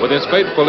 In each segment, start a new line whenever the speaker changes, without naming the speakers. With his faithful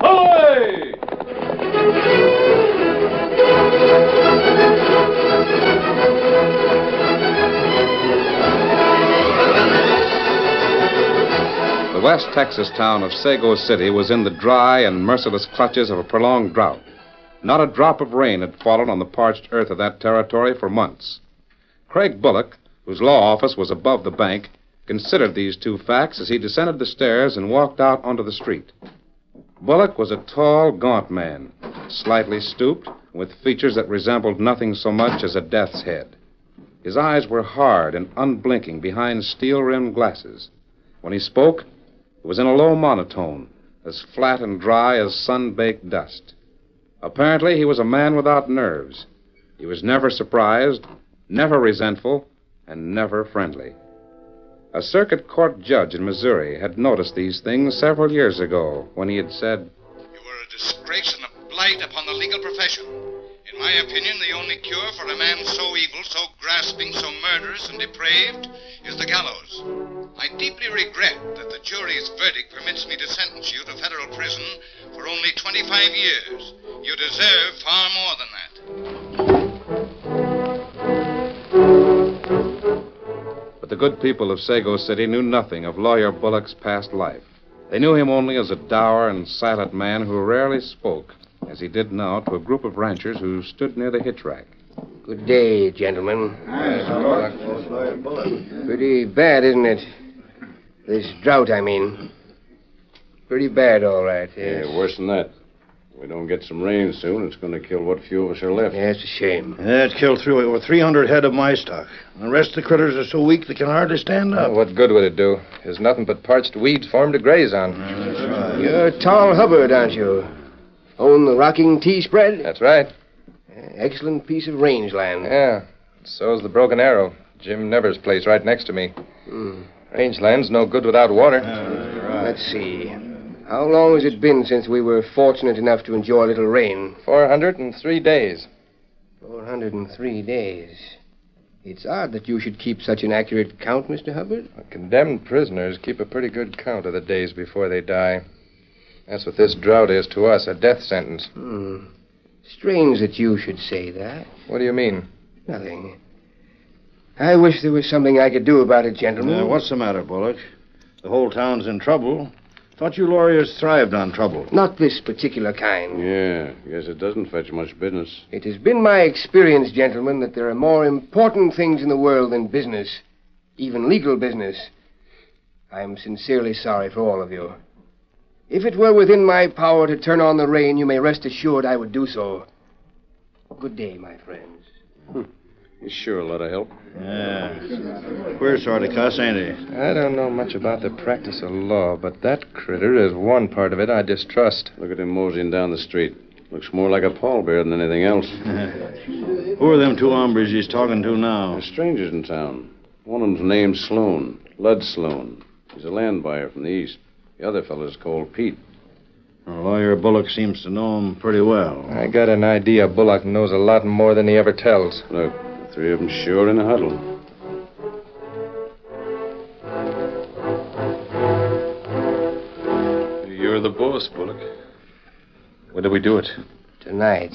Away!
The West Texas town of Sago City was in the dry and merciless clutches of a prolonged drought. Not a drop of rain had fallen on the parched earth of that territory for months. Craig Bullock, whose law office was above the bank, considered these two facts as he descended the stairs and walked out onto the street. Bullock was a tall, gaunt man, slightly stooped, with features that resembled nothing so much as a death's head. His eyes were hard and unblinking behind steel rimmed glasses. When he spoke, it was in a low monotone, as flat and dry as sun baked dust. Apparently, he was a man without nerves. He was never surprised, never resentful, and never friendly. A circuit court judge in Missouri had noticed these things several years ago when he had said,
You were a disgrace and a blight upon the legal profession. In my opinion, the only cure for a man so evil, so grasping, so murderous and depraved is the gallows. I deeply regret that the jury's verdict permits me to sentence you to federal prison for only 25 years. You deserve far more than that.
But the good people of Sago City knew nothing of Lawyer Bullock's past life. They knew him only as a dour and silent man who rarely spoke, as he did now to a group of ranchers who stood near the hitch rack.
Good day, gentlemen. Pretty bad, isn't it? This drought, I mean. Pretty bad, all right. Yes.
Yeah, worse than that. If we don't get some rain soon, it's going to kill what few of us are left.
Yeah, it's a shame.
Yeah, it killed through over 300 head of my stock. And the rest of the critters are so weak they can hardly stand up.
What good would it do? There's nothing but parched weeds for 'em to graze on.
Mm. You're Tall Hubbard, aren't you? Own the Rocking Tea Spread?
That's right.
Eh, Excellent piece of rangeland.
Yeah. So's the Broken Arrow. Jim Nevers' place
Hmm.
right next to me. Rangeland's no good without water.
Let's see. How long has it been since we were fortunate enough to enjoy a little rain?
403 days.
403 days. It's odd that you should keep such an accurate count, Mr. Hubbard.
Condemned prisoners keep a pretty good count of the days before they die. That's what this drought is to us a death sentence.
Hmm. Strange that you should say that.
What do you mean?
Nothing. I wish there was something I could do about it, gentlemen.
Now, Oh, uh, what's the matter, Bullock? The whole town's in trouble. Thought you lawyers thrived on trouble.
Not this particular kind.
Yeah, guess it doesn't fetch much business.
It has been my experience, gentlemen, that there are more important things in the world than business, even legal business. I am sincerely sorry for all of you. If it were within my power to turn on the rain, you may rest assured I would do so. Good day, my friends.
He's sure a lot of help.
Yeah. Queer sort of cuss, ain't he?
I don't know much about the practice of law, but that critter is one part of it I distrust.
Look at him moseying down the street. Looks more like a pallbearer than anything else.
Who are them two hombres he's talking to now?
There's strangers in town. One of them's named Sloan, Lud Sloan. He's a land buyer from the east. The other fellow's called Pete.
Lawyer Bullock seems to know him pretty well.
I got an idea Bullock knows a lot more than he ever tells.
Look, the three of them sure in a huddle.
You're the boss, Bullock. When do we do it?
Tonight,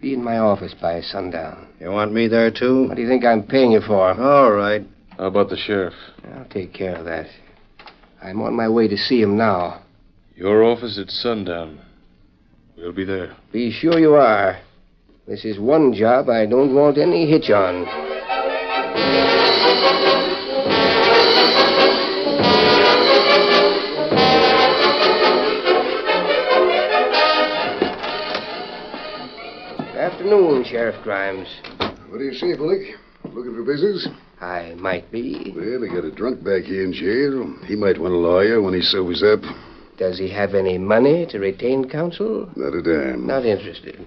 be in my office by sundown.
You want me there, too?
What do you think I'm paying you for?
All right.
How about the sheriff?
I'll take care of that. I'm on my way to see him now.
Your office at sundown. We'll be there.
Be sure you are. This is one job I don't want any hitch on. Afternoon, Sheriff Grimes.
What do you say, Bullock? Looking for business?
I might be.
Well, we got a drunk back here in jail. He might want a lawyer when he sobers up.
Does he have any money to retain counsel?
Not a dime.
Not interested.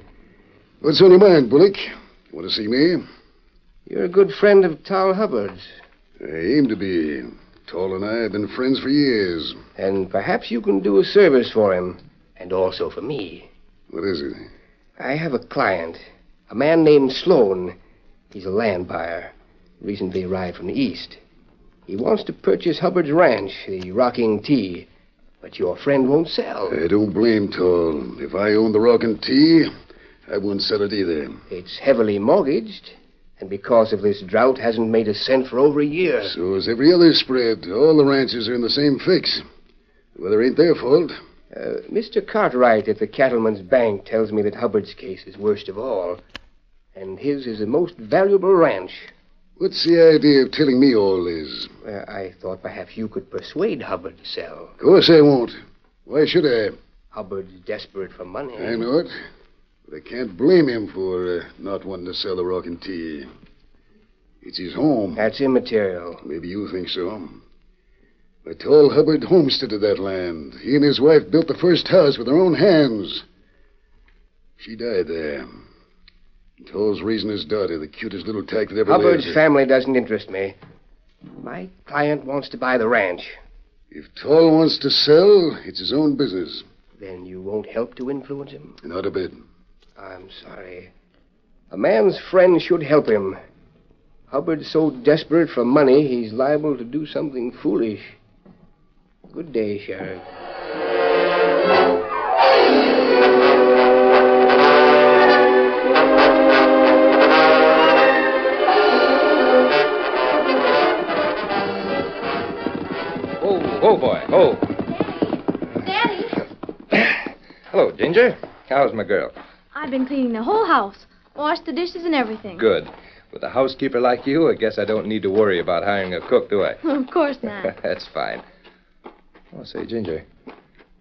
What's on your mind, Bullock? You want to see me?
You're a good friend of Tal Hubbard's,
I aim to be. Tall and I have been friends for years.
and perhaps you can do a service for him, and also for me.
What is it?
I have a client, a man named Sloan. He's a land buyer, recently arrived from the east. He wants to purchase Hubbard's ranch, the Rocking Tea, but your friend won't sell.
I don't blame Tall. If I owned the Rock and Tea, I wouldn't sell it either.
It's heavily mortgaged, and because of this drought, hasn't made a cent for over a year.
So is every other spread. All the ranchers are in the same fix. Well, it ain't their fault.
Uh, Mr. Cartwright at the Cattleman's Bank tells me that Hubbard's case is worst of all, and his is the most valuable ranch.
What's the idea of telling me all this?
Uh, I thought perhaps you could persuade Hubbard to sell.
Of course I won't. Why should I?
Hubbard's desperate for money.
I know it. But I can't blame him for uh, not wanting to sell the rock and tea. It's his home.
That's immaterial.
Maybe you think so. But tall Hubbard homesteaded that land. He and his wife built the first house with their own hands. She died there. Toll's raising his daughter, the cutest little tyke that ever
Hubbard's
lived.
family doesn't interest me. My client wants to buy the ranch.
if Toll wants to sell, it's his own business.
Then you won't help to influence him?
Not a bit.
I'm sorry. A man's friend should help him. Hubbard's so desperate for money, he's liable to do something foolish. Good day, Sheriff.
Oh, oh boy, oh.
Daddy,
Hello, Ginger. How's my girl?
I've been cleaning the whole house, washed the dishes and everything.
Good. With a housekeeper like you, I guess I don't need to worry about hiring a cook, do I?
of course not.
That's fine. Oh, say, Ginger,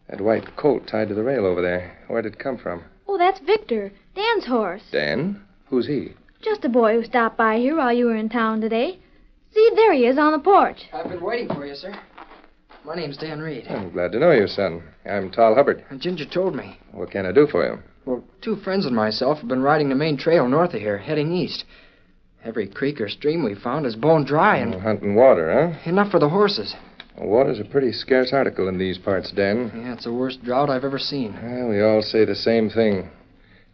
that white coat tied to the rail over there, where'd it come from?
Oh, that's Victor, Dan's horse.
Dan? Who's he?
Just a boy who stopped by here while you were in town today. See, there he is on the porch.
I've been waiting for you, sir. My name's Dan Reed.
I'm glad to know you, son. I'm Tal Hubbard.
And Ginger told me.
What can I do for you?
Well, two friends and myself have been riding the main trail north of here, heading east. Every creek or stream we found is bone dry and
Hunting water, huh?
enough for the horses.
Water's a pretty scarce article in these parts, Dan.
Yeah, it's the worst drought I've ever seen.
Well, we all say the same thing.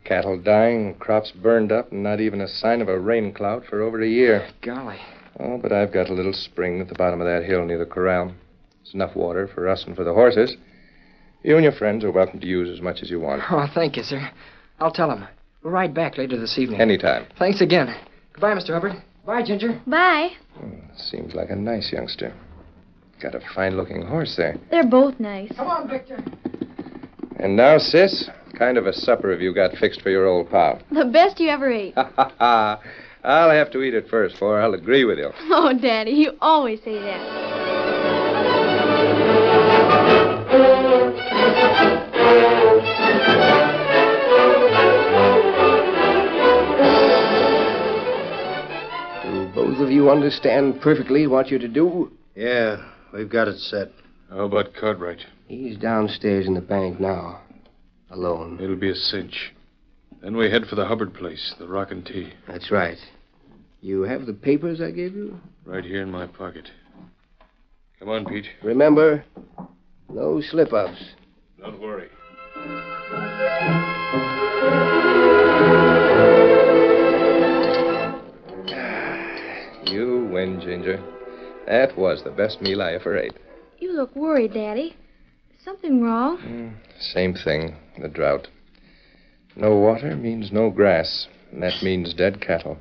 Cattle dying, crops burned up, and not even a sign of a rain cloud for over a year.
Golly.
Oh, but I've got a little spring at the bottom of that hill near the corral. It's enough water for us and for the horses. You and your friends are welcome to use as much as you want.
Oh, thank you, sir. I'll tell him. We'll ride back later this evening.
Anytime.
Thanks again. Goodbye, Mr. Hubbard. Bye, Ginger.
Bye.
Seems like a nice youngster. Got a fine looking horse there.
They're both nice. Come
on, Victor.
And now, sis, kind of a supper have you got fixed for your old pal?
The best you ever ate.
Ha ha ha. I'll have to eat it first, for I'll agree with you.
Oh, Daddy, you always say that.
Do both of you understand perfectly what you're to do?
Yeah, we've got it set.
How about Cartwright?
He's downstairs in the bank now. Alone.
It'll be a cinch. Then we head for the Hubbard place, the Rock and Tea.
That's right. You have the papers I gave you?
Right here in my pocket. Come on, Pete.
Remember, no slip ups.
Don't worry.
You win, Ginger. That was the best meal I ever ate.
You look worried, Daddy. Is something wrong?
Mm, Same thing, the drought. No water means no grass, and that means dead cattle.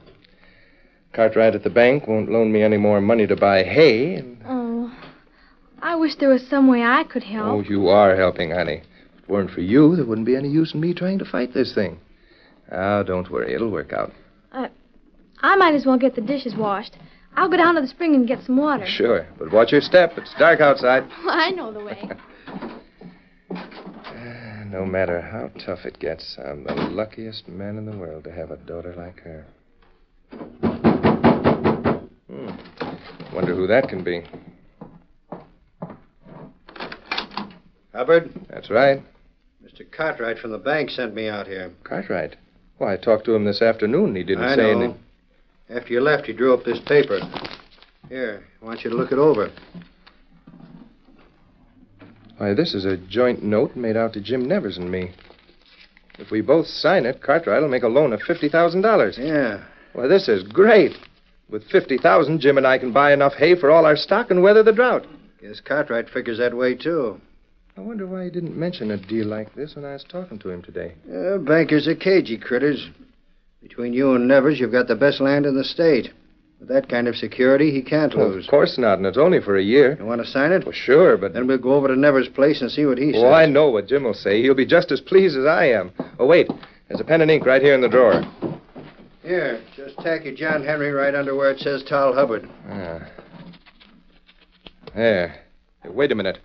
Cartwright at the bank won't loan me any more money to buy hay. and-
Oh, I wish there was some way I could
Oh,
help.
you are helping, honey. If it weren't for you, there wouldn't be any use in me trying to fight this thing. Ah, don't worry, it'll work out.
Uh, I might as well get the dishes washed. I'll go down to the spring and get some water.
Sure, but watch your step. It's dark outside.
I know the way.
No matter how tough it gets, I'm the luckiest man in the world to have a daughter like her. Hmm. Wonder who that can be.
Hubbard,
That's right.
Mr. Cartwright from the bank sent me out here.
Cartwright. Well, I talked to him this afternoon. He didn't
I
say
know.
anything.
After you left, he drew up this paper. Here, I want you to look it over.
Why, this is a joint note made out to Jim Nevers and me. If we both sign it, Cartwright will make a loan of $50,000.
Yeah.
Well, this is great. With 50000 Jim and I can buy enough hay for all our stock and weather the drought.
Guess Cartwright figures that way, too.
I wonder why he didn't mention a deal like this when I was talking to him today.
Uh, bankers are cagey critters. Between you and Nevers, you've got the best land in the state. With that kind of security, he can't
Well,
lose.
Of course not, and it's only for a year.
You want to sign it?
Well, sure, but.
Then we'll go over to Nevers' place and see what he says.
Oh, I know what Jim will say. He'll be just as pleased as I am. Oh, wait. There's a pen and ink right here in the drawer.
Here, just tack your John Henry right under where it says Tal Hubbard.
Ah. There. Hey, wait a minute.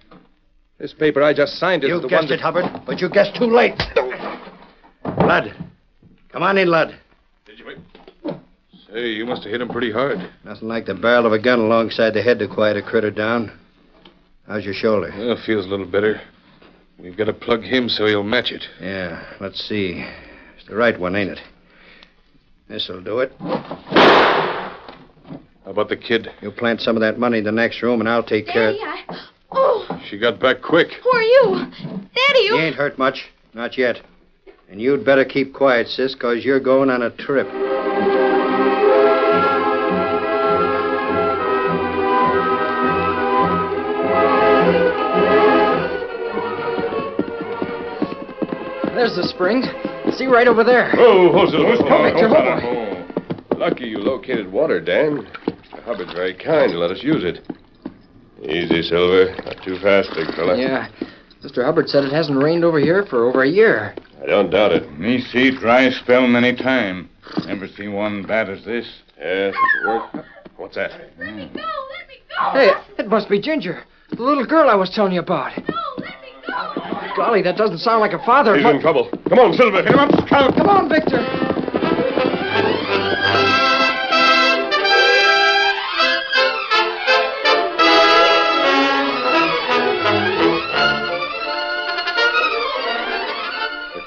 This paper I just signed is
You
the
guessed
one that...
it, Hubbard, but you guessed too late. Lud, come on in, Lud.
Did you make... Say, you must have hit him pretty hard.
Nothing like the barrel of a gun alongside the head to quiet a critter down. How's your shoulder?
Well, feels a little better. We've got to plug him so he'll match it.
Yeah, let's see. It's the right one, ain't it? This'll do it.
How about the kid?
You plant some of that money in the next room, and I'll take care.
Daddy, I. Oh,
She got back quick.
who are you? Daddy,
He
you.
ain't hurt much. Not yet. And you'd better keep quiet, sis, because you're going on a trip.
There's the spring. See right over there.
Oh, hold it, hold
on, Victor, hold on.
Lucky you located water, Dan. Hubbard's very kind to let us use it. Easy, Silver. Not too fast, big fella.
Yeah. Mr. Hubbard said it hasn't rained over here for over a year.
I don't doubt it.
Me see dry spell many time. Never see one bad as this.
Yes, it's work. What's that?
Hey, it must be Ginger, the little girl I was telling you about. Golly, that doesn't sound like a father.
He's in trouble. Come on, Silver. Hit him up, Scout.
Come on, Victor.
The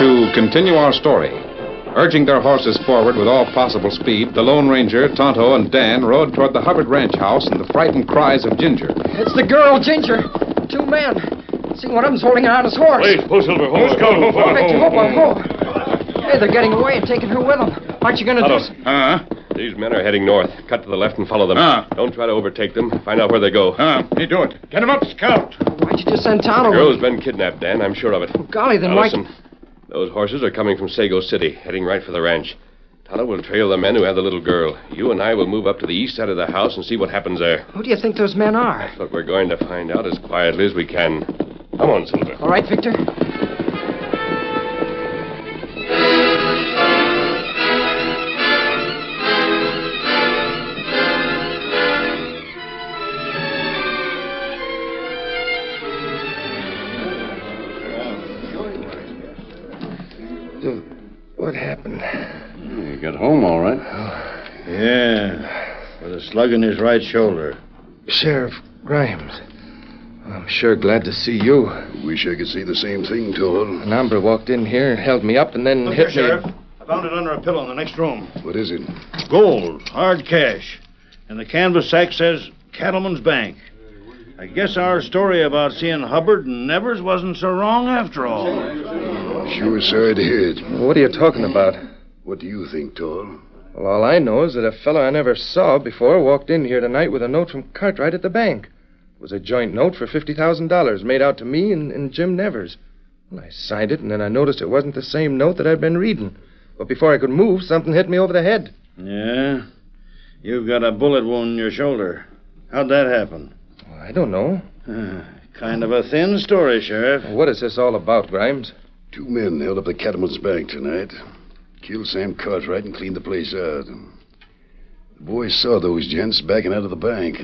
would continue our story. Urging their horses forward with all possible speed, the Lone Ranger, Tonto, and Dan rode toward the Hubbard ranch house and the frightened cries of Ginger.
It's the girl, Ginger. Two men. See, one of them's holding her on his horse.
Wait, pull Silver. Hold Let's go. Hold
Oh, Victor, hold on, hold on. Hey, they're getting away and taking her with them. Aren't you going to do
Tonto.
something?
Huh? These men are heading north. Cut to the left and follow them.
Huh?
Don't try to overtake them. Find out where they go. Huh?
Hey, do it. Get him up, Scout.
Why'd you just send
The
Tonto?
girl's been kidnapped, Dan. I'm sure of it.
Golly, then
now,
why...
listen. Those horses are coming from Sago City, heading right for the ranch. Tonto will trail the men who have the little girl. You and I will move up to the east side of the house and see what happens there.
Who do you think those men are?
That's what we're going to find out as quietly as we can. Come on, Silver.
All right, Victor?
What happened?
You got home all right.
Yeah, with a slug in his right shoulder.
Sheriff Grimes.
I'm sure glad to see you.
Wish I could say the same thing, Toll.
An hombre walked in here and held me up and then
Look
hit
here,
me.
Sheriff. I found it under a pillow in the next room.
What is it?
Gold, hard cash. And the canvas sack says Cattleman's Bank. I guess our story about seeing Hubbard and Nevers wasn't so wrong after all.
Sure sorry to hear it.
What are you talking about?
What do you think, Toll?
Well, all I know is that a fellow I never saw before walked in here tonight with a note from Cartwright at the bank. It was a joint note for $50,000 made out to me and, and Jim Nevers. Well, I signed it, and then I noticed it wasn't the same note that I'd been reading. But before I could move, something hit me over the head.
Yeah? You've got a bullet wound in your shoulder. How'd that happen?
I don't know.
Uh.
Kind of a thin story, Sheriff.
What is this all about, Grimes?
Two men held up the Cattleman's Bank tonight. Killed Sam Cartwright and cleaned the place out. The boys saw those gents backing out of the bank.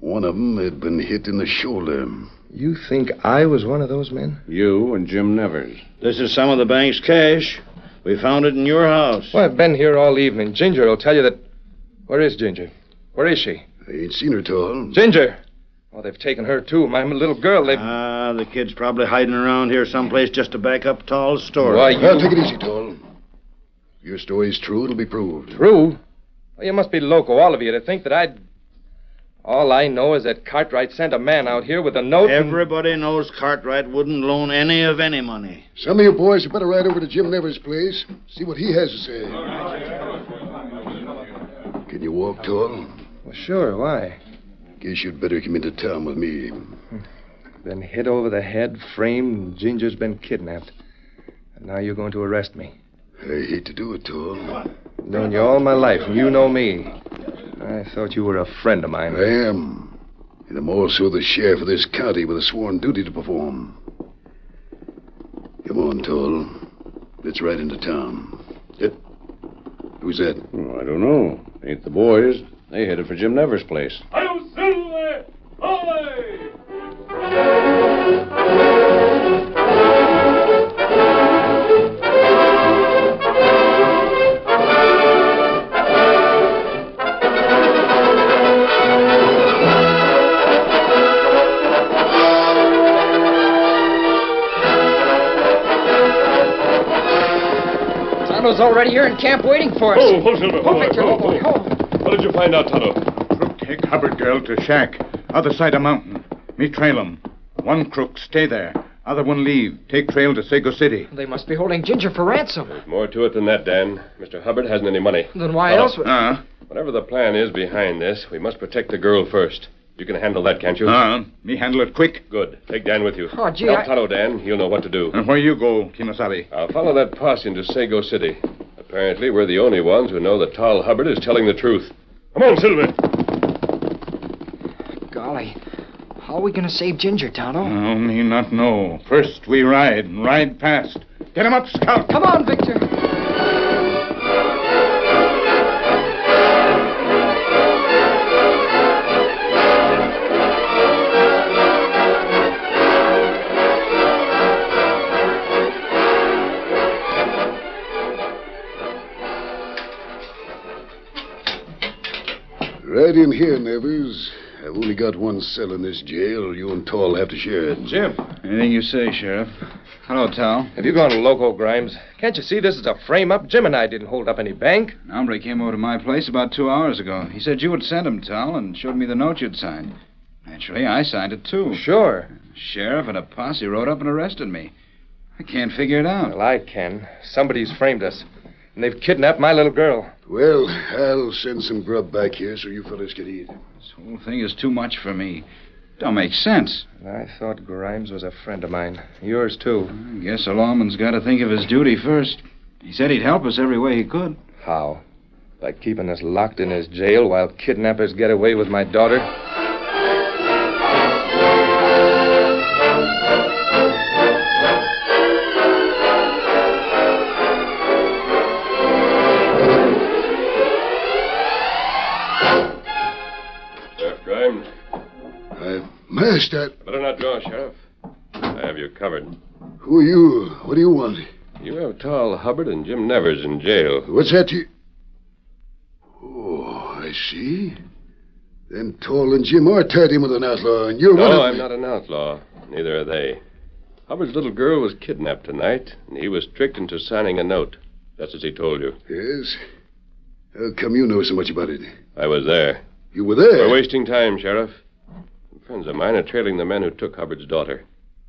One of 'em had been hit in the shoulder.
You think I was one of those men?
You and Jim Nevers.
This is some of the bank's cash. We found it in your house.
Well, I've been here all evening. Ginger will tell you that. Where is Ginger? Where is she?
I ain't seen her, Toll.
Ginger! Oh, they've taken her, too. My little girl, they.
Ah, the kid's probably hiding around here someplace just to back up Tall's story.
Why, you-
Well, take it easy, Toll. Your story's true. It'll be proved.
True? Well, you must be loco, all of you, to think that I'd. All I know is that Cartwright sent a man out here with a note. and-
Everybody knows Cartwright wouldn't loan any of any money.
Some of you boys had better ride over to Jim Nevers' place, see what he has to say. Can you walk, Tall?
Well, sure, Oh, why?
Guess you'd better come into town with me.
Been hit over the head, framed, and Ginger's been kidnapped. And now you're going to arrest me.
I hate to do it, Tall.
Known you all my life, and you know me. I thought you were a friend of mine.
I am. And I'm also the sheriff of this county with a sworn duty to perform. Come on, Toll. Let's ride into town. Eh, Who's that?
Oh, I don't know. Ain't the boys. They headed for Jim Nevers' place.
Tonto's already here in camp waiting for us.
Oh, hold, Silver.
Hold,
Hold,
Victor,
hold,
hold, hold.
What did you find out, Tonto?
Take Hubbard girl to shack, other side of mountain. Me trail 'em. One crook stay there, other one leave. Take trail to Sago City.
They must be holding Ginger for ransom.
More to it than that, Dan. Mr. Hubbard hasn't any money.
Then why
Tonto,
else would...
Huh?
Whatever the plan is behind this, we must protect the girl first. You can handle that, can't you?
Uh, me handle it quick.
Good. Take Dan with you.
Oh, gee,
Help
I-
Tonto, Dan. He'll know what to do.
And where you go, Kimasabi?
I'll follow that posse into Sago City. Apparently, we're the only ones who know that Tal Hubbard is telling the truth. Come on, Silver.
Golly. How are we going to save Ginger, Tonto?
Oh, me not know. First we ride and ride past. Get 'em up, Scout.
Come on, Victor.
Right in here, Nevers. I've only got one cell in this jail. You and Tall have to share it.
Jim.
Anything you say, Sheriff.
Hello, Tal.
Have you gone loco, Grimes? Can't you see this is a frame up? Jim and I didn't hold up any bank.
An hombre came over to my place about two hours ago. He said you had sent him, Tal, and showed me the note you'd signed. Naturally, I signed it, too.
Sure.
Sheriff and a posse rode up and arrested me. I can't figure it out.
Well, I can. Somebody's framed us, and they've kidnapped my little girl.
Well, I'll send some grub back here so you fellas can eat. This
whole thing is too much for me. Don't make sense.
I thought Grimes was a friend of mine. Yours, too.
I guess a lawman's got to think of his duty first. He said he'd help us every way he could.
How? By keeping us locked in his jail while kidnappers get away with my daughter?
Sheriff Grimes.
I missed that.
Better not draw, Sheriff. I have you covered.
Who are you? What do you want?
You have Tall Hubbard and Jim Nevers in jail.
What's that you. Oh, I see. Then Tall and Jim are tied in with an outlaw, and you're
no,
one of
I'm not an outlaw. Neither are they. Hubbard's little girl was kidnapped tonight, and he was tricked into signing a note, just as he told you.
Yes? How come you know so much about it?
I was there.
You were there?
We're wasting time, Sheriff. Friends of mine are trailing the men who took Hubbard's daughter.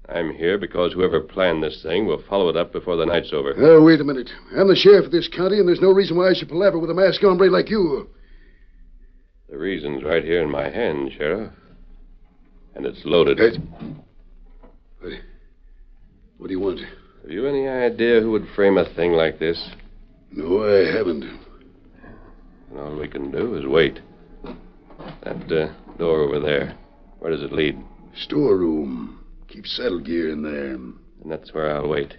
I'm here because whoever planned this thing will follow it up before the night's over.
Oh, wait a minute. I'm the sheriff of this county, and there's no reason why I should palaver with a masked hombre like you.
The reason's right here in my hand, Sheriff. And it's loaded.
What? What do you want?
Have you any idea who would frame a thing like this?
No, I haven't.
And all we can do is wait. That uh, door over there, where does it lead?
Storeroom. Keep saddle gear in there.
And that's where I'll wait.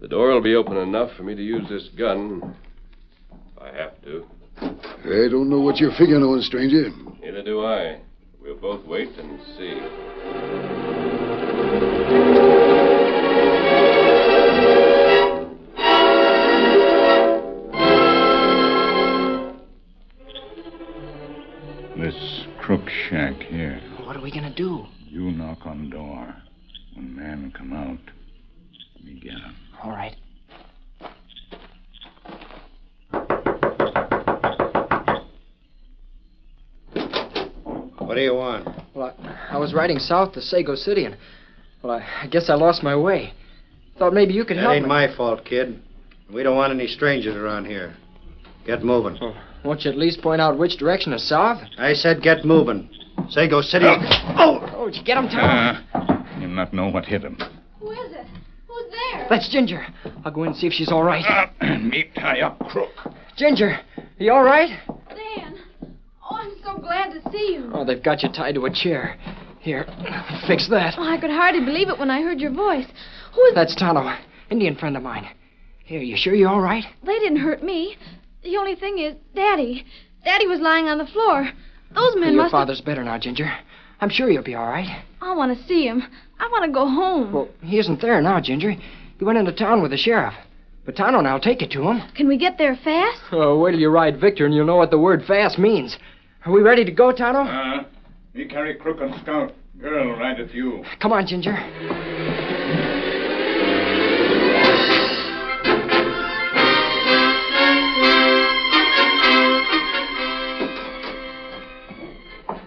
The door will be open enough for me to use this gun. If I have to.
I don't know what you're figuring on, stranger.
Neither do I. We'll both wait and see.
This crook shack here.
What are we gonna do?
You knock on door. When man come out, me get him.
All right.
What do you want?
Well, I, I was riding south to Sago City, and well, I, I guess I lost my way. Thought maybe you could
It
help
ain't
me.
my fault, kid. We don't want any strangers around here. Get moving.
Oh.
Won't you at least point out which direction is south?
I said get moving. Sago City.
Oh! Oh, did you get him, Tom?
Ah, You not know what hit him.
That's Ginger. I'll go in and see if she's all right.
me tie up, crook.
Ginger, are you all right?
Dan. Oh, I'm so glad to see you.
Oh, they've got you tied to a chair. Here, fix that.
Oh, I could hardly believe it when I heard your voice. Who is
That's Tonto, Indian friend of mine. Here, you sure you're all right?
They didn't hurt me. The only thing is, Daddy. Daddy was lying on the floor. Those men
Your
must.
father's better now, Ginger. I'm sure you'll be all right.
I want to see him. I want to go home.
Well, he isn't there now, Ginger. He went into town with the sheriff. But Tonto and I'll take you to him.
Can we get there fast?
Oh, wait till you ride Victor and you'll know what the word fast means. Are we ready to go, Tonto?
Uh, me carry crook and scout. Uh, Girl ride with you.
Come on, Ginger.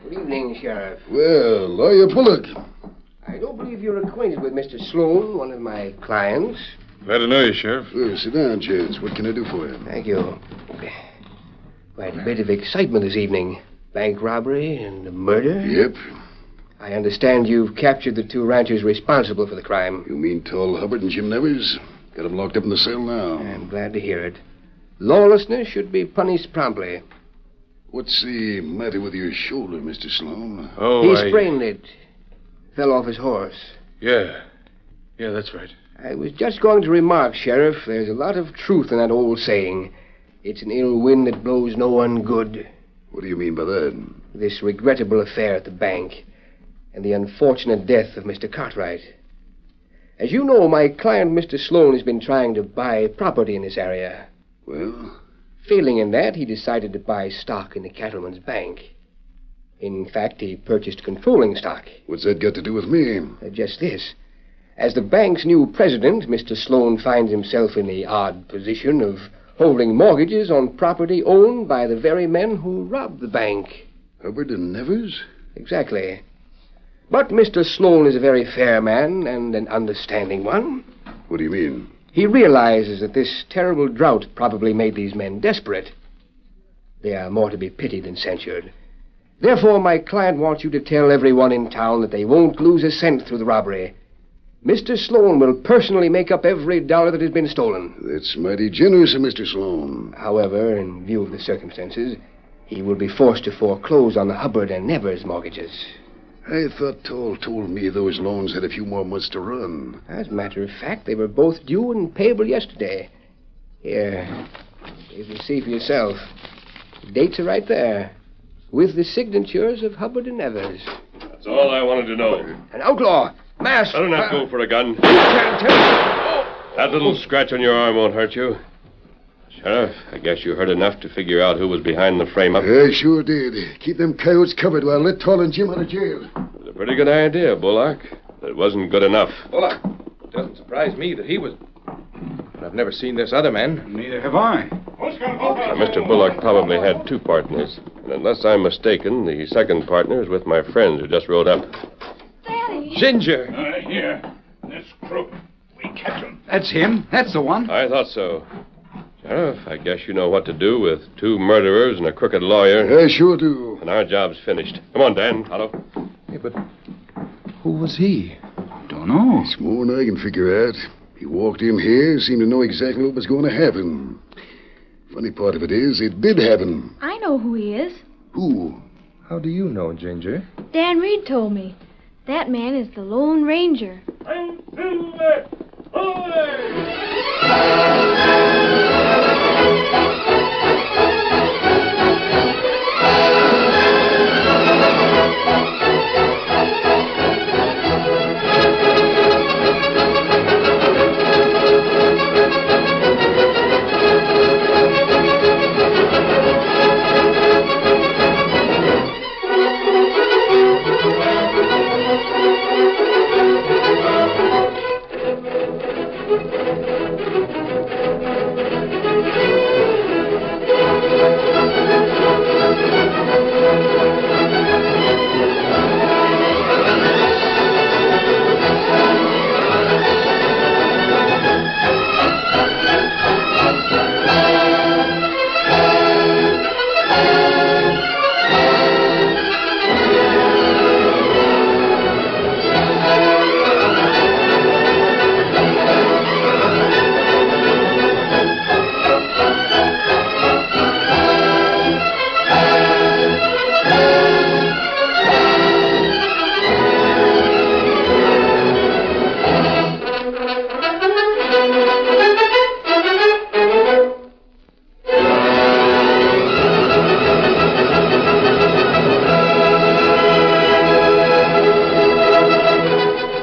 Good evening, Sheriff.
Well, lawyer Bullock.
I don't believe you're acquainted with Mr. Sloan, one of my clients.
Glad to know you, Sheriff. Well, sit down, Chance. What can I do for you?
Thank you. Quite a bit of excitement this evening. Bank robbery and a murder.
Yep.
I understand you've captured the two ranchers responsible for the crime.
You mean Tall Hubbard and Jim Nevers? Got them locked up in the cell now.
I'm glad to hear it. Lawlessness should be punished promptly.
What's the matter with your shoulder, Mr. Sloan?
he sprained it. Fell off his horse.
Yeah.
Yeah, that's right. I was just going to remark, Sheriff, there's a lot of truth in that old saying. It's an ill wind that blows no one good.
What do you mean by that?
This regrettable affair at the bank, and the unfortunate death of Mr. Cartwright. As you know, my client, Mr. Sloan, has been trying to buy property in this area.
Well?
Failing in that, he decided to buy stock in the Cattleman's Bank. In fact, he purchased controlling stock.
What's that got to do with me?
Uh, Just this. As the bank's new president, Mr. Sloan finds himself in the odd position of holding mortgages on property owned by the very men who robbed the bank.
Hubbard and Nevers?
Exactly. But Mr. Sloan is a very fair man and an understanding one.
What do you mean?
He realizes that this terrible drought probably made these men desperate. They are more to be pitied than censured. Therefore, my client wants you to tell everyone in town that they won't lose a cent through the robbery. Mr. Sloan will personally make up every dollar that has been stolen.
That's mighty generous of Mr. Sloan.
However, in view of the circumstances, he will be forced to foreclose on the Hubbard and Nevers mortgages.
I thought Toll told me those loans had a few more months to run.
As a matter of fact, they were both due and payable yesterday. Here, you can see for yourself. The dates are right there, with the signatures of Hubbard and Evers.
That's all I wanted to know.
An outlaw! Mass!
Better not go for a gun. That little scratch on your arm won't hurt you. Sheriff, I guess you heard enough to figure out who was behind the frame up.
I sure did. Keep them coyotes covered while I let Toll and Jim out of jail.
It's a pretty good idea, Bullock. But It wasn't good enough.
Bullock. Doesn't surprise me that he was. But I've never seen this other man. Neither have I.
Now, Mr. Bullock probably had two partners. And unless I'm mistaken, the second partner is with my friends who just rode up.
Daddy.
Ginger!
here. This crook. We catch him.
That's him. That's the one. I thought so. Sheriff, I guess you know what to do with two murderers and a crooked lawyer.
I sure do.
And our job's finished. Come on, Dan. Otto.
Who was he? Don't know. It's more than I can figure out. He walked in here, seemed to know exactly what was going to happen. Funny part of it is, it did happen.
I know who he is.
Who?
How do you know, Ginger?
Dan Reed told me. That man is the Lone Ranger.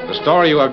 The story you have